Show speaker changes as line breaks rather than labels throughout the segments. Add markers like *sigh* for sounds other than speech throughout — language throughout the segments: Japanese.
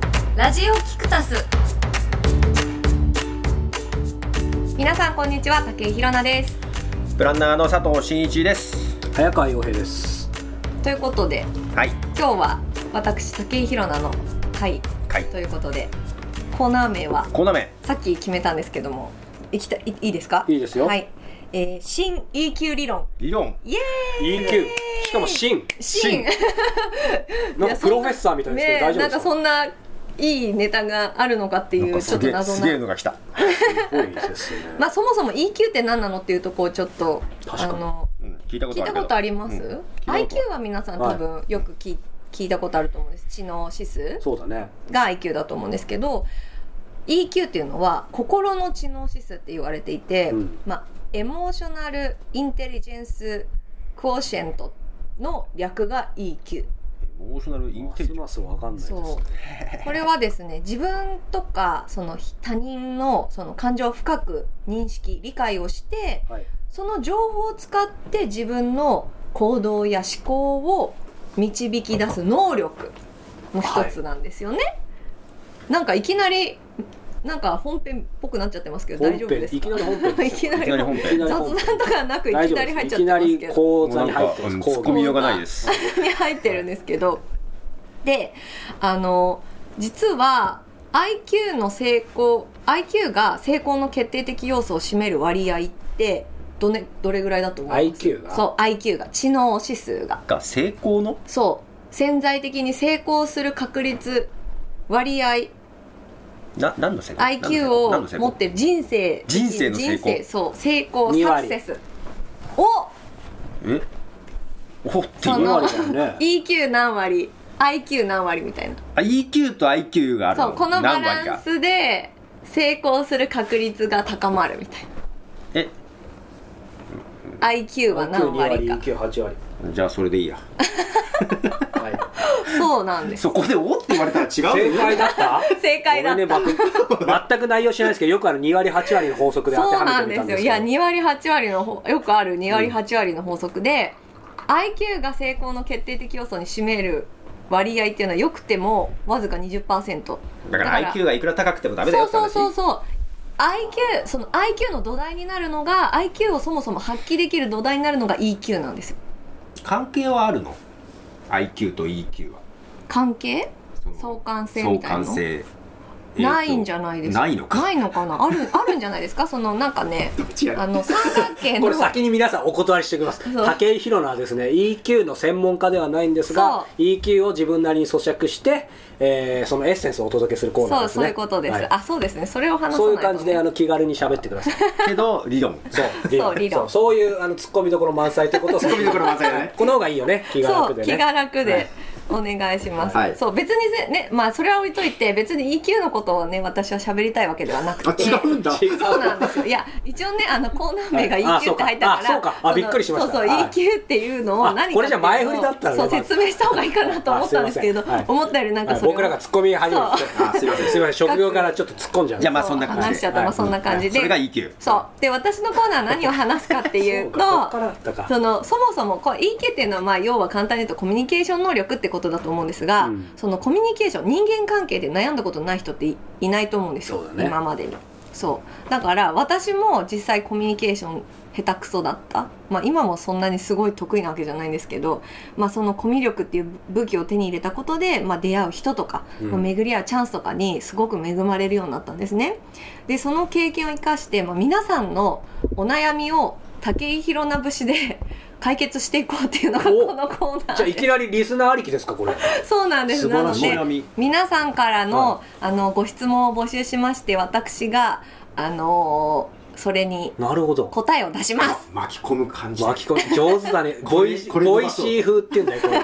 オキクタス皆さんこんにちは竹井ひろなです
プランナーの佐藤真一です。
早川洋平です。
ということで
はい。
今日は私竹井ひろなの会
はい。
ということでコーナー名は
コーナー名。
さっき決めたんですけどもいきたいいいですか
いいですよ
はい、えー、新 EQ 理論
理論。
イエ
EQ しかも新
ーイ新
な
いや
んか
そんな
プロフェッサーみたいです
ね
けど大
えな
丈夫で
ん
す
か
か
そ？んないいネタがあるのかって
ないん
う
か
ちょ
す
っと
げえ
謎
すげえ
な
のが来た。
すごいですね。
まあそもそも EQ って何なのっていうとこをちょっと
確かに
あの
うん聞いたこ
聞
と
いた
あるけど。
ことあります、
うん
IQ は皆さん多分よく聞,、い、聞いたことあると思うんです知能指数
そうだね。
が IQ だと思うんですけど EQ っていうのは心の知能指数って言われていて、
うん
まあ、エモーショナルインテリジェンスクオーシェントの略が EQ
エモーショナルイン
ま
テリ
す
ジェン
ますわかんないですね。
そうこれはですね自分とかその他人のその感情を深く認識理解をして
はい。
その情報を使って自分の行動や思考を導き出す能力の一つなんですよね、なんかいきなりなんか本編っぽくなっちゃってますけど
本
大丈夫で
編
す
いき
か
なり本編
*laughs* いき
ス。いきなり本編。
なり
雑談とかなくいき
大丈
な
夫
り
で
入
す。
っ
い
ちゃって
きな
ます
り
けど
講
もう
座
なん
に入
か
ってま
うん
す。
突っ
講座
込みようがないです。
に入ってるんですけどであの実は IQ の成功 IQ が成功の決定的要素を占める割合ってど,、ね、どれぐらいだと思います
IQ が
そう IQ が知能指数が
が成功の
そう潜在的に成功する確率割合
な何の成功？
IQ
何の
を
成
持
功
ってる人生
人生の成功
人生そう成功
二
サク
割
セスを
え？おってい
そ
二
う。
の
割だよ
*laughs*
ね
EQ 何割 IQ 何割みたいな
あ EQ と IQ がある
そう
の。
このバ
何割
ラン
が。
スで成功する確率が高まるみたい
え？
な IQ は何割か
IQ 二割 EQ 八割。
じゃあそれでいいや。
はい。
そうなんです
そこでおって言われたら違う
正
よ。
解だった？
正解だった
俺ね僕全く内容しないですけどよくある二割八割の法則で当
そう
ては
な
め
ん
てみ
で
たん
す
で
よ
す
い
けど。
や2割8割のほよくある2割8割の法則で、IQ が成功の決定的要素に占める割合っていうのはよくてもわずか20%
だから IQ がいくら高くてもダメだよ
そう
って
そうそ
話。
うそう IQ その IQ の土台になるのが IQ をそもそも発揮できる土台になるのが EQ なんですよ
関係はあるの？IQ と EQ は。
関係相関性みたいなの
相関性
ないんじゃないですか
ないのか
ないのかなある *laughs* あるんじゃないですかそのなんかね
違う
あの三角形
こ
の
れ先に皆さんお断りしておきます
そう
武井宏奈はですね EQ の専門家ではないんですが
そ
EQ を自分なりに咀嚼して、えーそのエッセンスをお届けするコーナ
そ
ー
う
です
そ
ね
ういうことです、
はい
あそうですねそれを話さないと
そういう感じであの気軽に喋ってください
*laughs*
けど理論
そう
そう理論
そうそういうあのツッコミどころ満載ということをツ
ッコミどころ満載だね
*laughs* この方がいいよね気が
そ
楽
う
で
気
ね
が楽でお願いします、
はい
そう別にせねまあそれは置いといて別に EQ のことをね私は喋りたいわけではな
*laughs*
くて
うんだ
違う
そうなんですよいや一応ねあのコーナー名が
はいあ
EQ って入ったから
そうかあそうかあ
の
びっくりしました
そうそう、
はい
EQ っていうのを何かっていうのを
あこれじゃ前振りだったのね
そう
まず
説明した方がいいかなと思ったんですけど
あすいませんはい
思ったよりなんか
はい
それを
僕らがツッコミ始めて
そう
あすいませんすいません職業からちょっと突っ込んじゃう
じゃあまあ
そう
そんな感じで
話しちゃった、まあ、
はい
そんな感じで、
それが EQ
そうで私のコーナーは何を話すかっていうと
*laughs* そうかこっからだったか
そのそもそもこう EQ っていうのはまあ要は簡単に言うとコミュニケーション能力ってことだと思うんですが、
うん
そのコミュニケーション人間関係で悩んだことない人っていいないと思うんですよ
そうだね
今までにそうだから私も実際コミュニケーション下手くそだった、まあ、今もそんなにすごい得意なわけじゃないんですけど、まあ、そのコミュ力っていう武器を手に入れたことで、まあ、出会う人とか、
うん
まあ巡り合うチャンスとかにすごく恵まれるようになったんですね。でその経験を生かして、まあ、皆さんのお悩みを武井宏名節で解決していこうっていうのが
お
このコーナ
じゃ
ー
あい
で
きなりリスナーありきですかこれ
そうなんです
素晴
な
ら
の
しい
で
お悩み
皆さんからの,、
は
あのご質問を募集しまして私が、あのーそれに
なるほど
答えを出します。
巻き込む感じ
巻き込み上手だね
こ
ボ
れ
イシ
これ伸
ボイ
ばそう
シー風っていうんだよこれ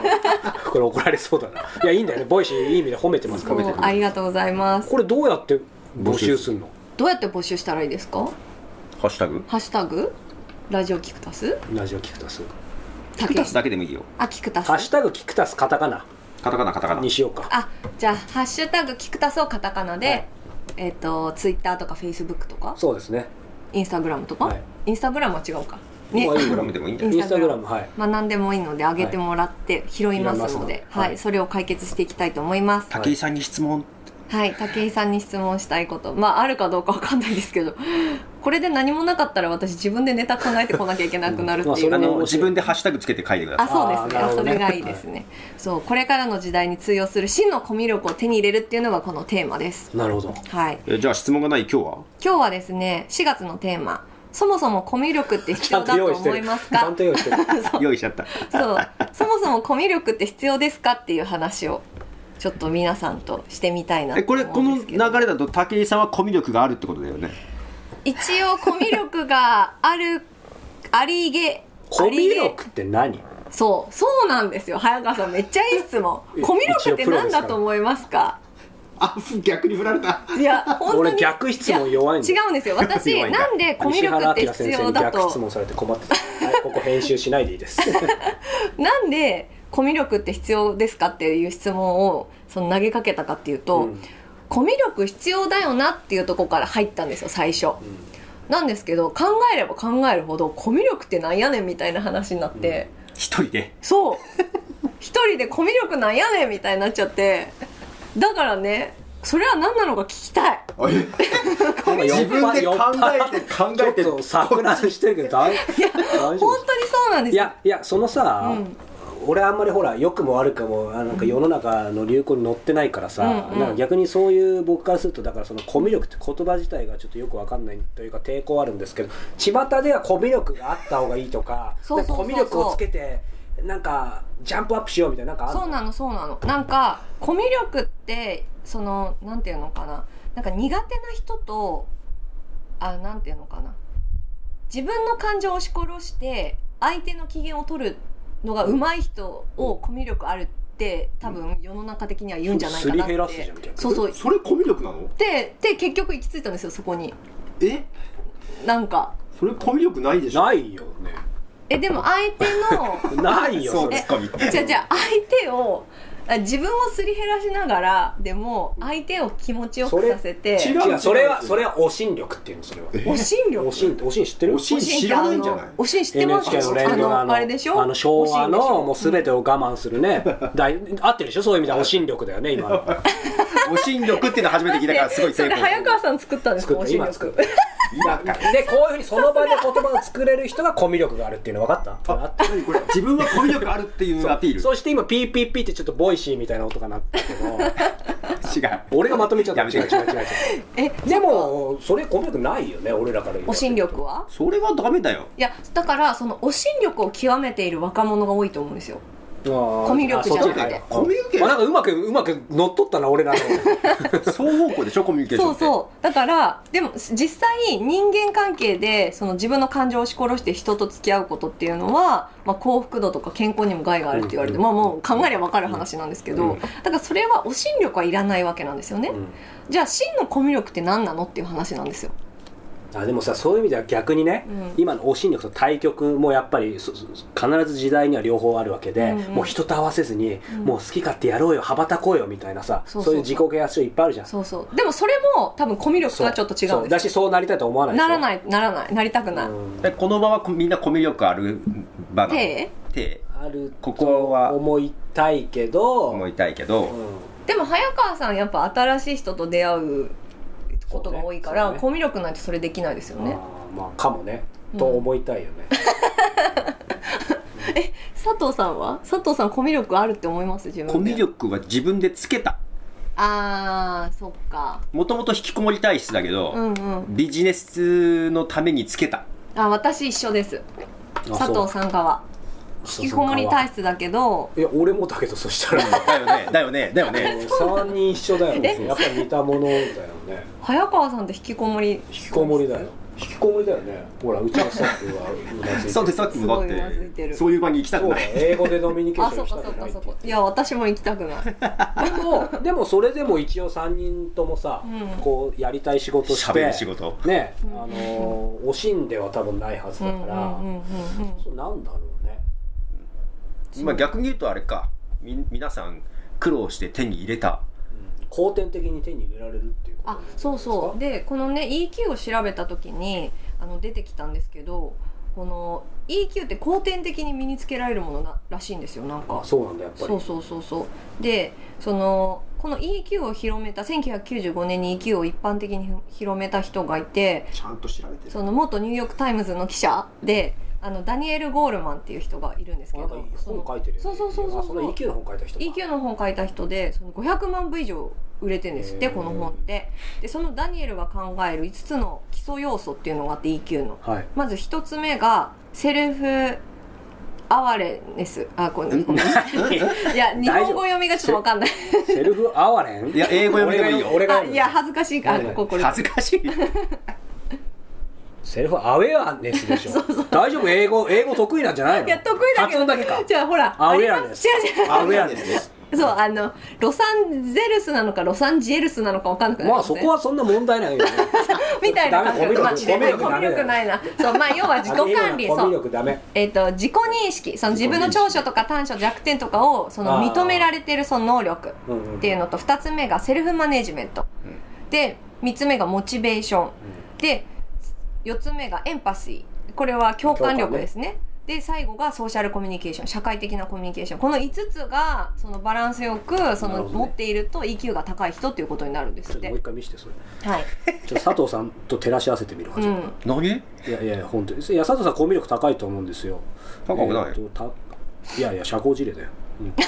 これ怒られそうだないやいいんだよねボイシーいい意味で褒めてますか
そ
ら
うありがとうございます
これどうやって募集するの
どうやって募集したらいいですか
ハッシュタグ
ハッシュタグラジオキクタス
ラジオキクタス
タ
クタスだけでもいいよ
あキクタス
ハッシュタグキクタスカタカナ
カタカナカタカナ
にしようか
あじゃあ「ハッシュタグキクタス」をカタカナで、
はい
えっ、とツイッターとかフェイスブックとか
そうですね
インスタグラムとか、
はい
インスタグラムは違うかね
まあいい
グラムでもいいんじゃない
インスタグラムはい
まあ何でもいいので上げてもらって拾いますので、はい
はい拾いますので
はい
はい
それを解決していきたいと思います
い
武井さんに質問
はい、武井さんに質問したいこと、まああるかどうかわかんないですけど、これで何もなかったら私自分でネタ考えてこなきゃいけなくなるっていう。
うん
あ
それ
の
も
自分でハッシュタグつけて書いてくださ
あ、
い
そうです
あー
ね。
なるほ
そ
どね
れがいいですね。そう、これからの時代に通用する真のコミュ力を手に入れるっていうのがこのテーマです。
なるほど
はい。
えじゃあ質問がない今日は
今日はですね、4月のテーマ、そもそもコミュ力って必要だと思います
ちゃ
か
んと用意してる
*laughs*
用意しちゃった
そう、そもそもコミュ力って必要ですかっていう話を、ちょっと皆さんとしてみたいな
え
と
こ
思
れこ
うん
の
ですけ
流
ど。
れだと武井さんはコミュ力があるってことだよね
一応コミュ力がある、 *laughs* ありげ、
コミュ
ありげ
力って何
そう、そうなんですよ。早川さんめっちゃいい質問
え。
コミュ力って何
一応プロですか
だ
ら
と思いますか
あ逆に振られた
い
*laughs*
や、本当に
俺逆質問 *laughs* 弱いんだ
いや違うんですよ。私
弱いんだ
なんでコミュ力って必要だ
石原明先生に逆質
と、
問されて困ってた、はい、ここ編集しないでいいです
*laughs* なんでコミュ力って必要ですかっていう質問をその投げかけたかっていうと、
うん
コミュ力必要だよなっていうところから入ったんですよ。最初。なんですけど考えれば考えるほどコミュ力ってなんやねんみたいな話になって、
一人で
そう一人でコミュ力なんやねんみたいになっちゃってだからねそれは何なのか聞きたい
*laughs* 自分で
酔っ
考
払
えて考えて
ちょっと錯乱してるけど大大
本
丈
当
夫
にそうなんです
いやいやそのさ、
うん
俺あんまりほら良くも悪くもあなんか世の中の流行に乗ってないからさ、
うんうん
なんか逆にそういう僕からするとだからそのコミュ力って言葉自体がちょっとよくわかんないというか抵抗あるんですけど巷ではコミュ力があった方がいいとか
そうそうそうそう
なんかコミュ力をつけてなんかジャンプアップしようみたいななんかある
そうなのそうなのなんかコミュ力ってそのなんていうのかななんか苦手な人とあなんていうのかな自分の感情を押し殺して相手の機嫌を取るのが上手い人をコミュ力あるって多分世の中的には言うんじゃないかなっ
すり減らすじ
て
ゃん逆に
そうそう
それコミュ力なの
でで結局行き着いたんですよそこに
え
なんか
それコミュ力ないでしょ
ないよ
えでも相手の
*laughs* ねないよ
そう
れ
ツッコミ
じゃあじゃあ相手をあ自分をすり減らしながらでも相手を気持ちよ
そ
く
れ
させて
違う
違うそれはそれはおしん力っていうのそれは
おしん
お
力
しんっておしん知ってる
おしん知らないんじゃない
おしん知ってます
NHK の連ドラ
あの
の
あれでしょ
あの昭和
おしんでし
の
ょ
もう全てを我慢するねだい合ってるでしょそういう意味ではおしん力だよね今の
*laughs*
おしん力っていうの初めて聞いたからすごい
そ
成
れ
功
早 *laughs* 川さん作ったんです
作
か
っ
お
た
しん
今作っ
力
た
今から
でこういうふうにその場で言葉を作れる人がコミュ力があるっていうの分かったあっ
何これ自分はコミュ力あるっていうアピー
た
ル
そして今 PPP ってちょっとボイシーみたいな音が鳴ったけど
*laughs*
違う
俺がまとめちゃった
やめ
違う
て
違う違う
え
違うでもそれコミュ力ないよね俺らから言う
おしん力は
それはダメだよ
いやだからそのおしん力を極めている若者が多いと思うんですよ
コ
コミュ力じゃなくて
コミュ力
あなんかうまくうまく乗っ取ったな俺らの
双方向でしょコミュニケーショ
そ
ンっ
う
て
そうだからでも実際人間関係でその自分の感情を押し殺して人と付き合うことっていうのは、まあ、幸福度とか健康にも害があるって言われて、
うん
まあもう考えれば分かる話なんですけど、
うん
だからそれはお心力はいらないわけなんですよね、
うん
じゃあ真のコミュ力って何なのっていう話なんですよ
あでもさそういう意味では逆にね、
うん
今のお心力と対局もやっぱりそそ必ず時代には両方あるわけで、
うんうん
もう人と合わせずに、
うん
もう好き勝手やろうよ羽ばたこうよみたいなさそ
そううそう
いう自己啓発書いっぱいあるじゃん
そうそうでもそれも多分コミュ力とはちょっと違うん
そう
で
だ
す
しそうなりたいとは思わないでしょ
ならないならないなりたくない、
うん
でこの場はこみんなコミュ力ある場なの
手
手
ある
ここは
と思いたいけど
思いたいけど、
うん
でも早川さんやっぱ新しい人と出会うことが多いから、
そうねそ
コミュ力ないとそれできないですよね
あーまあかもね、
うん
と思いたいよね
佐藤さんは佐藤さんコミュ力あるって思います自分で
コミュ力は自分でつけた
あーそっか
もともと引きこもり体質だけど、
うんうん
ビジネスのためにつけた
あ私一緒です佐藤さん側
そう
引きこもり体
そう
質だけど
かいや俺もだけどそしたら
*laughs*
だよねだよねだよ
*laughs*
ね
3人一緒だよねやっぱり似たものだよね
早川さんって引きこもり
引きこもりだよ引きこもりだよねほらうちのスタッフはうなず
*laughs*
いてる
そうでさっきもだっ
すごいうなずいて
て
る
そういう場に行きた
そ
く
う
な
だ
い
よ英語でノミニケー
あ
ショ
そ
ン
っ
し
かそ
たく
っ
な
か
いっ
そ
て
こいや私も行きたくない
でもでもそれでも一応3人ともさ、
うん
こうやりたい仕事し
喋
て
る仕事
ねあ
うん
のー惜しんでは多分ないはず
うんうん
だから、
うんうんうん
そうなんだろうね
まあ逆に言うとあれかみ皆さん苦労して手に入れた
後天的に手に入れられるっていうこと
あそうそうでこのね EQ を調べた時にあの出てきたんですけどこの EQ って後天的に身につけられるものならしいんですよなん
あ
か
そうなんだやっぱり
そうそうそうそうでそのこの EQ を広めた1995年に EQ を一般的に広めた人がいて
ちゃんと調べてる
その元ニューヨーク・タイムズの記者であのダニエル・ゴールマンっていう人がいるんですけ
なんか
どそ
本
の
書いてるよね
そうそうそうそう
あその EQ の本書いた人か
EQ の本書いた人でその500万部以上売れてるんですっ
へ
て
ー
この本ってでそのダニエルが考える5つの基礎要素っていうのがあって EQ の
はい
まず1つ目がセルフアワレネスあこれ
*laughs*
ごめんいや日本語読みがちょっとわかんない
セルフアワレン
いや英語読みでもいいよ
俺が
あ
俺が読む
いや恥ずかしいからこここれ
恥ずかしい
セルフアウェアネスで
*laughs*
しょ大丈夫英語英語得意なんじゃないの
いや得意だけ
発
ど
音だけか
じゃあほら
アウ
り
ェ
ま
アネス
す違う違う
アウェアネス
そうあのロサンゼルスなのかロサンジエルスなのかわかんなくなり
まあ
す
そ
ね
こはそんな問題ないよね
みたいな感
ダ
覚
メコミュ力
マジで
コミュ力
コミュ力ないなそうまあ要は *laughs* 自己管理
コミ
そ
ュ
う
力ダメ
えっと自己認識その自分の長所とか短所弱点とかをその
あー
認められてるその能力
うんうん
っていうのと2つ目がセルフマネジメント、で3つ目がモチベーション、で4つ目がエンパシーこれは共感力ですねで最後がソーシャルコミュニケーション社会的なコミュニケーションこの5つがそのバランスよくそ
な
の
るほどね
持っていると EQ が高い人っていうことになるんで
ち
す
ょ
っ
っと
て
もう一回見してそれ
はい、
ちょっと佐藤さんと照らし合わせてみる
う
感じ、
ん、
何
いやいやいや本当にいや佐藤さんコミュ力高いと思うんですよ
高くない
えーとたいやいや社交辞令だよ、うん
*laughs*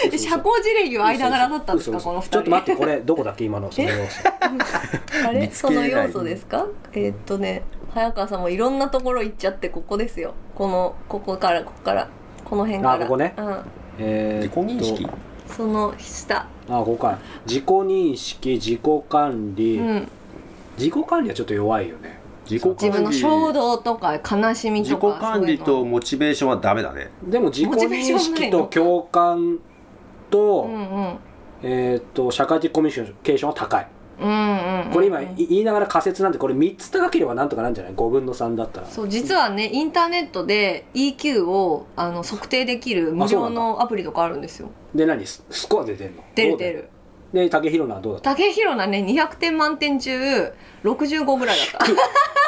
え社交辞令の間柄だったんですか
嘘嘘
この2人
ちょっと待ってこれどこだっけ今のその
*laughs*
要素
あれ
見つ
そ
けれ
の
ない
要素ですかえーっとね早川さんもいろんなところ行っちゃってここですよこのここからここからこの辺から
あここね
うん、
えー
自
っ
己認
と
識
その下
あここか自己認識自己管
う
理、
ん
自己管理はちょっと弱いよね自己管理
自分の衝動とか悲しみ
自
と
己
か
管理
そうい
とモチベーションはダメだね
でも自己
モチベーション
認
ない
識
の
と共感と,、
うのうんうん
えーっと社会的コミュニケーションは高い
うんうん
これ今い言いながら仮説なんでこれ3つ高ければなんとかなんじゃない5分の3だったら
そう実はねインターネットで EQ をあの測定できる無料のアプリとかあるんですよ
で何ススコアで出るの
出
ど
る
うだ
出る
で竹広菜はどうだった
竹広菜ね200点満点中65ぐらいだった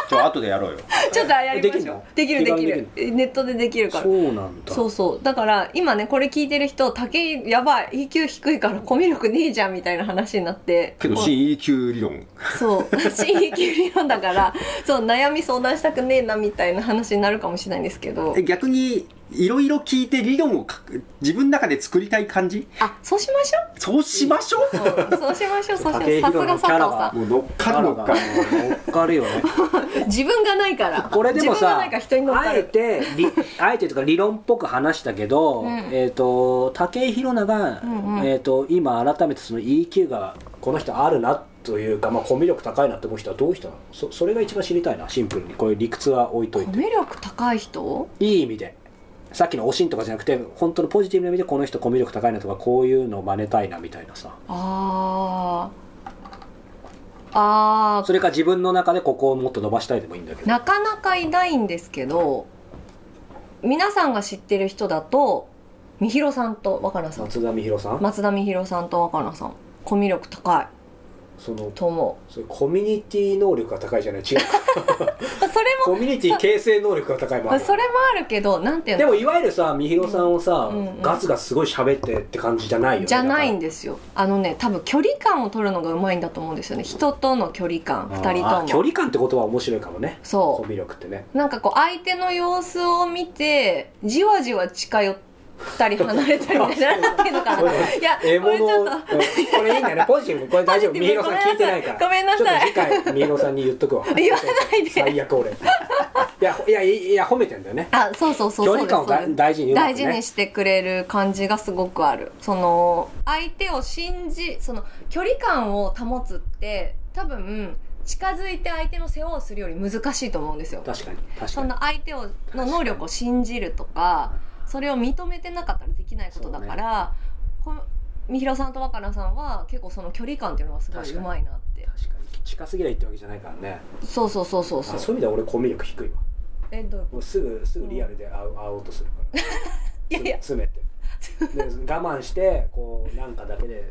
ちょ後でやろうよ
*laughs* ちょっとやりましょう
で
でき
きる
る
の
でき
気軽に
るネットでできるから
そうなんだ
そうそうだから今ねこれ聞いてる人竹井やばい EQ 低いからコミュ力ねえじゃんみたいな話になって
けど
こう
新 EQ 理論
そう *laughs* 新 EQ 理論だからそう悩み相談したくねえなみたいな話になるかもしれないんですけど
え逆にいろいろ聞いて理論をかく自分の中で作りたい感じ
あそうしましょ
そうしましょ
う
う
そうそうし
*laughs*
ましょうそうしましょ
竹
う
井
さ
宏
す
の
が佐藤さ
もう乗っかる
彼
の
の
か
が乗っかる
*laughs*
よね
ん自分がないから
これでも
自分が
さ
ないから人に乗っか
あえ
る
て
*laughs*
りあえてとか理論っぽく話したけど、
うん
えっ、と武井宏奈が、
うんうん
えっと今改めてその EQ がこの人あるなというか、まあ、コミュ力高いなって思う人はどういう人なのそそれが一番知りたいなシンプルにこういう理屈は置いとい
コ
て
ミュ力高い人
いい意味でさっきのおしんとかじゃなくて本当のポジティブな意味でこの人コミュ力高いなとかこういうのを真似たいなみたいなさ
あーあー
それか自分の中でここをもっと伸ばしたいでもいいんだけど
なかなかいないんですけど皆さんが知ってる人だとみひろさんと若菜さん
松田美弘さん、
松田みひろさんと若菜さんコミュ力高い
その
と思
それコミュニティ能力が高いじゃない違う
うまあそれ
コミュニティ形成能力が高いも
も
ん
それもあるけどなんていう
で
の
もいわゆるさみひろさんをさ、
うんうん
ガツガツすごい喋ってって感じじゃないよね
じゃない
だ
んですよあのね多分距離感を取るのがうまいんだと思うんですよね人との距離感
から
2
あ
人
ー距
とも
離感って言葉は面白いかもねコ
そ
ミュ力ってね
うなんかこう相手の様子を見てじわじわ近寄ったり離れたりみたいななんていうのかないやこ
獲
れち
物
ょ
を
っと
うんこれいいんだよねポジティブこれ大丈夫
ポジ
み
ティブ
ひろさん聞いてないから
ごめんなさい
ちょっと次回みひろさんに言っとくわ
言わないで
最悪俺いやほいやいいや褒めてんだよね
あそうそうそうそうです
距離感をだ
そうです
大事にうまくね
大事にしてくれる感じがすごくあるその相手を信じその距離感を保つって多分近づいて相手の世話をするより難しいと思うんですよ
確かに確
そ
か
ん
に
な相手をの能力を信じるとかそれを認めてなかったらできないことだから、このみひろさんと若菜さんは結構その距離感っていうのがすごいうまいなって
確かに近すぎないってわけじゃないからね
そうそうそうそう
あ
そう
そういう意味では俺コミュ力低いわ
えどう
もうすぐすぐリアルで会う会おうとするから
*laughs* いやいや
詰めて
*laughs*
で我慢してこうなんかだけで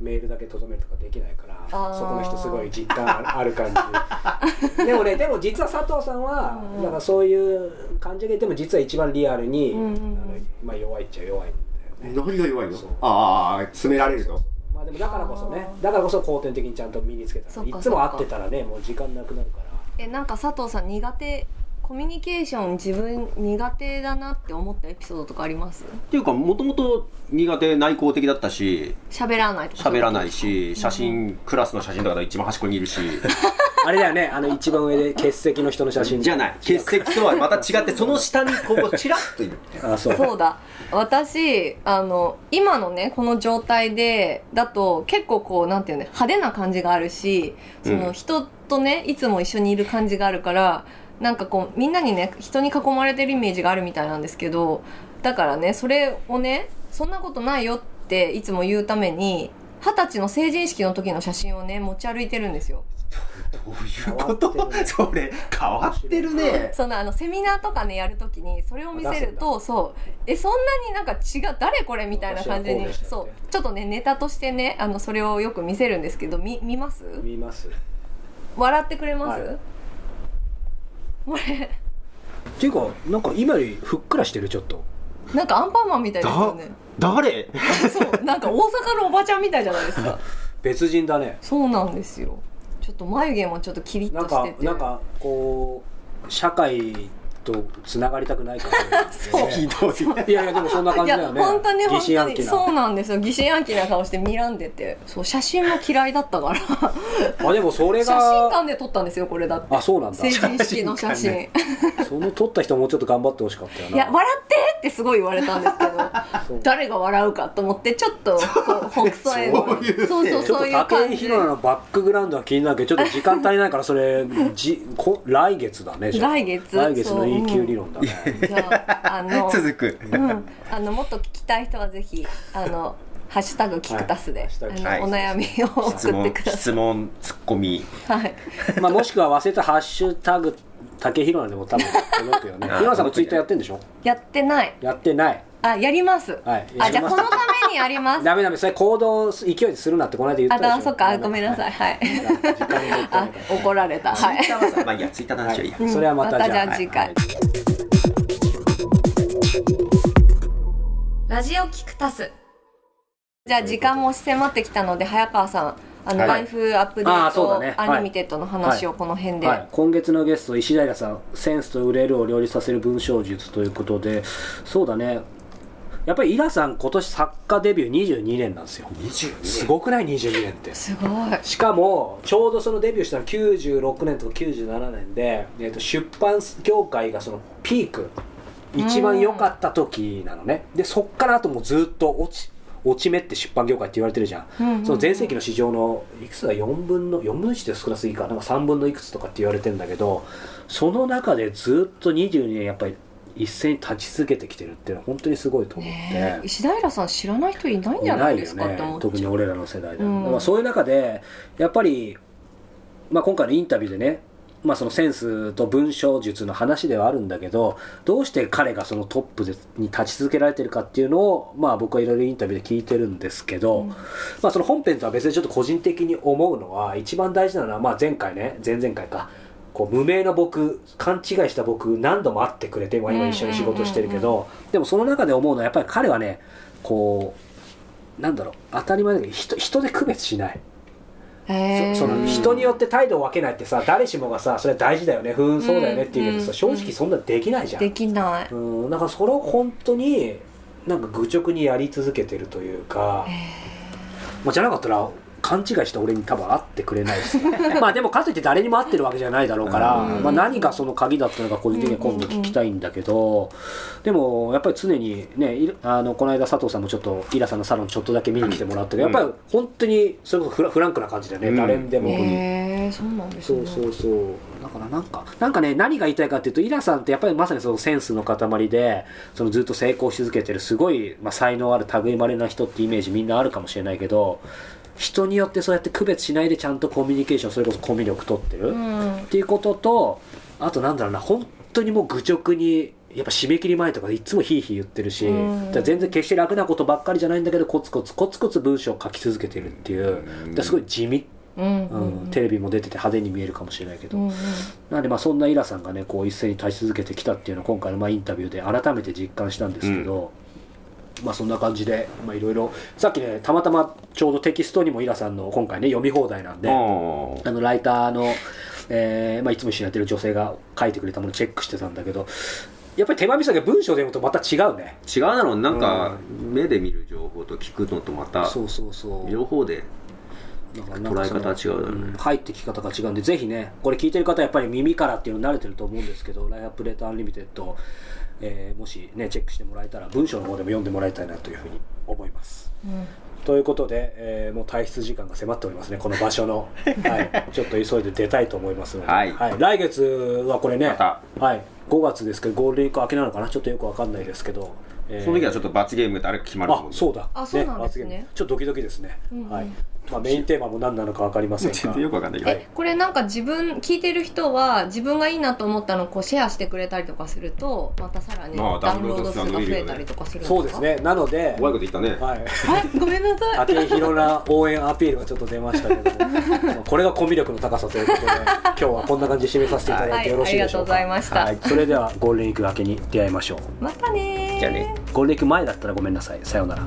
メールだけとどめるとかできないから
あー
そこの人すごい実感あるある感
*laughs*
じでもねでも実は佐藤さんは
うん
なんかそういう感じででも実は一番リアルに、
うんうんうん
あのまあ弱いっちゃ弱いんだよね
何が弱いの
そう
ああ詰められるの
ままあでもだからこそね
あー
だからこそ後天的にちゃんと身につけた
そ
ら
っ
い
か
つも
そっ
会
か
ってたらねもう時間なくなるから
えなんか佐藤さん苦手コミュニケーション自分苦手だなって思ったエピソードとかあります
っていうかもともと苦手内向的だったし
喋らないとか
喋らないし写真クラスの写真とかだと一番端っこにいるし
あれだよねあの一番上で欠席の人の写真
じゃない欠席とはまた違ってその下にこ
*laughs*
うチラッといる
あそう
そうだ私あの今のねこの状態でだと結構こうなんていうの派手な感じがあるしその
うん
人とねいつも一緒にいる感じがあるからなんかこうみんなにね人に囲まれてるイメージがあるみたいなんですけどだからねそれをねそんなことないよっていつも言うために二十歳の成人式の時の写真をね持ち歩いてるんですよ。
どういうこと *laughs*
変わって
そ
るね
れ変わってる
*laughs*
ね
そのあのセミナーとかねやるときにそれを見せるとそうえそんなになんか違う誰これみたいな感じ
私はこう
に
でしたって
そうちょっとねネタとしてねあのそれをよく見せるんですけどみ見ます
見ます
笑ってくれます、
はい
これ
っていうかなんか今よりふっくらしてるちょっと
なんかアンパンマンみたいですよね
誰
*laughs* そうなんか大阪のおばちゃんみたいじゃないですか
別人だね
そうなんですよちょっと眉毛もちょっとキリッ
な
と
ん
し
か
てて
なんかこう社会とつながりたくない
*laughs*
から、ね、
そう
ひどい
*laughs* いやいやでもそんな感
い
じだ
や
よね
本当に
疑
本
心
当
暗
に
鬼
そうなんですよ疑心暗鬼な顔して睨んでてそう写真も嫌いだったから
なあでもそれ
写真
が
館で撮ったんですよこれだって
あそうなんだ
成人式の写
写真
真、
その撮った人もうちょっと頑張ってほしかったよない
や「笑って!」ってすごい言われたんですけど
そう
誰が笑うかと思ってちょっとこう北斎の
そういう
そうそう
ちょっ
そ
と
ういう
武
感
井
じ
宏奈のバックグラウンドは気になるけどちょっと時間足りないから
*laughs*
それじこ来月だねじゃあ
来月
来月
そ
の
う
E
う
級
ん
理論だね
じゃああ
*laughs*
の、
続く
うん、あのもっと聞きたい人はぜひあの「ハッシュタグキクタスで」
はいハッシュタグ
あの
はい
お悩みを
質
送って
問
くださ
質問ツッコミ
い、はい、
まあもしくは忘れたハッシュタグ武井宏奈でも多分届くよね *laughs*
あ
宏奈さんもツイッターやってんでしょ
やってない
やってない
あやります、
はい
あじゃあこのためにや
*laughs*
ります
ダメダメそれ行動勢いでするなってこの間言った
あ
でしょ
だそっかごめんなさいはい
時間にもったい
*laughs* あ
ないから
怒られたはい
ツイッターはさまあいいやツイッターの話はいいや
それはまたじゃあ
またじゃあ次回
はい
ラジオキクタス。じゃあ時間も押し迫ってきたので早川さん、あの、
はい
ライフアップデ
あー
ー
そうだ
ト
ねはい
アニミテッドの話をこの辺で。
はい、今月のゲスト石平さんセンスと売れるを両立させる文章術ということでそうだねやっぱりイラさん今年作家デビュー22年なんですよすごくない22年って
すごい。
しかもちょうどそのデビューしたの96年とか97年で、えー、と出版業界がそのピーク一番良かった時なのねでそっからあともうずっと落ち落ち目って出版業界って言われてるじゃん,、
うんうんうん
その全盛期の市場のいくつだ4分の4分の1って少なすぎかなんか3分のいくつとかって言われてんだけどその中でずっと22年やっぱり一斉に立ち続けてきてるっていうのは本当にすごいと思って、
ねえ石平さん知らない人いないんじゃないですかって思っ
特
て
に。俺らの世代で、
うん
まあ、そういう中でやっぱり、まあ、今回のインタビューでね、まあ、そのセンスと文章術の話ではあるんだけどどうして彼がそのトップでに立ち続けられてるかっていうのを、まあ、僕はいろいろインタビューで聞いてるんですけど、
うん
まあ、その本編とは別にちょっと個人的に思うのは一番大事なのは、まあ、前回ね前々回か。こう無名の僕勘違いした僕何度も会ってくれてまあ今一緒に仕事してるけどでもその中で思うのはやっぱり彼はねこうなんだろう当たり前だけど人人で区別しない、
へえ
そその人によって態度を分けないってさ誰しもがさそれは大事だよねふーんそうだよねって言うけどさ、
うんうん
正直そんなできないじゃん
できない。
うんだからそれを本当になんか愚直にやり続けてるというか、もうじゃなかったら勘違いした俺に多分会ってくれないし *laughs* まあでもかといって誰にも会ってるわけじゃないだろうから、
うん
まあ、何がその鍵だったのか個人的には今度聞きたいんだけど、でもやっぱり常にねいあのこの間佐藤さんもちょっとイラさんのサロンちょっとだけ見に来てもらったけど、
うん
やっぱり本当にそれこそフラフランクな感じだよね、
うん
誰にでも。
へえそうなんです
そ
ね。
うそうそうだからなんかなんかね何が言いたいかっていうとイラさんってやっぱりまさにそのセンスの塊でそのずっと成功し続けてるすごい、まあ、才能ある類いまれな人ってイメージみんなあるかもしれないけど人によってそうやって区別しないでちゃんとコミュニケーションそれこそコミュ力取ってる、
う
っ
ん。
ていうこととあとなんだろうな本当にもう愚直にやっぱ締め切り前とかいつもヒーヒー言ってるし、
うん
だから全然決して楽なことばっかりじゃないんだけどコツコツコツコツ文章を書き続けてるっていう、だからすごい地味
うん。う
うん
ん。
テレビも出てて派手に見えるかもしれないけど、
うんうん
なんでまあそんなイラさんがねこう一斉に立ち続けてきたっていうのを今回のまあインタビューで改めて実感したんですけど、まあそんな感じで、まあいろいろ、さっきね、たまたまちょうどテキストにもイラさんの今回ね、読み放題なんで、
うん
あのライターの、えーまあ、いつも一緒にやってる女性が書いてくれたものをチェックしてたんだけどやっぱり手前見せたけど文章で読むとまた違うね
違うだろうなんか目で見る情報と聞くのとまた
そうそうそう
両方で
だからなん
捉
か
え
その
方は違うだろうね
ん入ってき方が違うんでぜひねこれ聞いてる方はやっぱり耳からっていうの慣れてると思うんですけど「ライフアップデートアンリミテッド」えーもしねチェックしてもらえたら文章の方でも読んでもらいたいなというふうに思いますということで、えーもう退出時間が迫っておりますねこの場
*laughs*
所の、はい、ちょっと急いで出たいと思いますので、
はい
来月はこれね、
ま
はい、5月ですけどゴールデンウィーク明けなのかなちょっとよくわかんないですけど、えー
その時はちょっと罰ゲーム誰か決まると
あ
思う *laughs*
そうだ
あそうなんですね
罰ゲームちょっとドキドキですね、
うんうん
はいまあ、メインテーマも何なのかわかりません
全
が
然よくわかんないけど、
はい
えこれなんか自分聞いてる人は自分がいいなと思ったのをこうシェアしてくれたりとかするとまたさらに
まあ
ダウンロード数が増えたりとかするん
そうですねなので
怖いこと言ったね、
はい
はいごめんなさい
竹広な応援アピールがちょっと出ましたけ
*laughs*
どもまあこれがコミュ力の高さということで今日はこんな感じで締めさせていただい
は
て
い
よろ
あ
しい
り
で
が
し
と
ょ
う
う
ご
か、
ざいました、
はい、それではゴールデンウィーク明けに出会いましょう
またねー
じゃあね
ゴールデンウィーク前だったらごめんなさいさようなら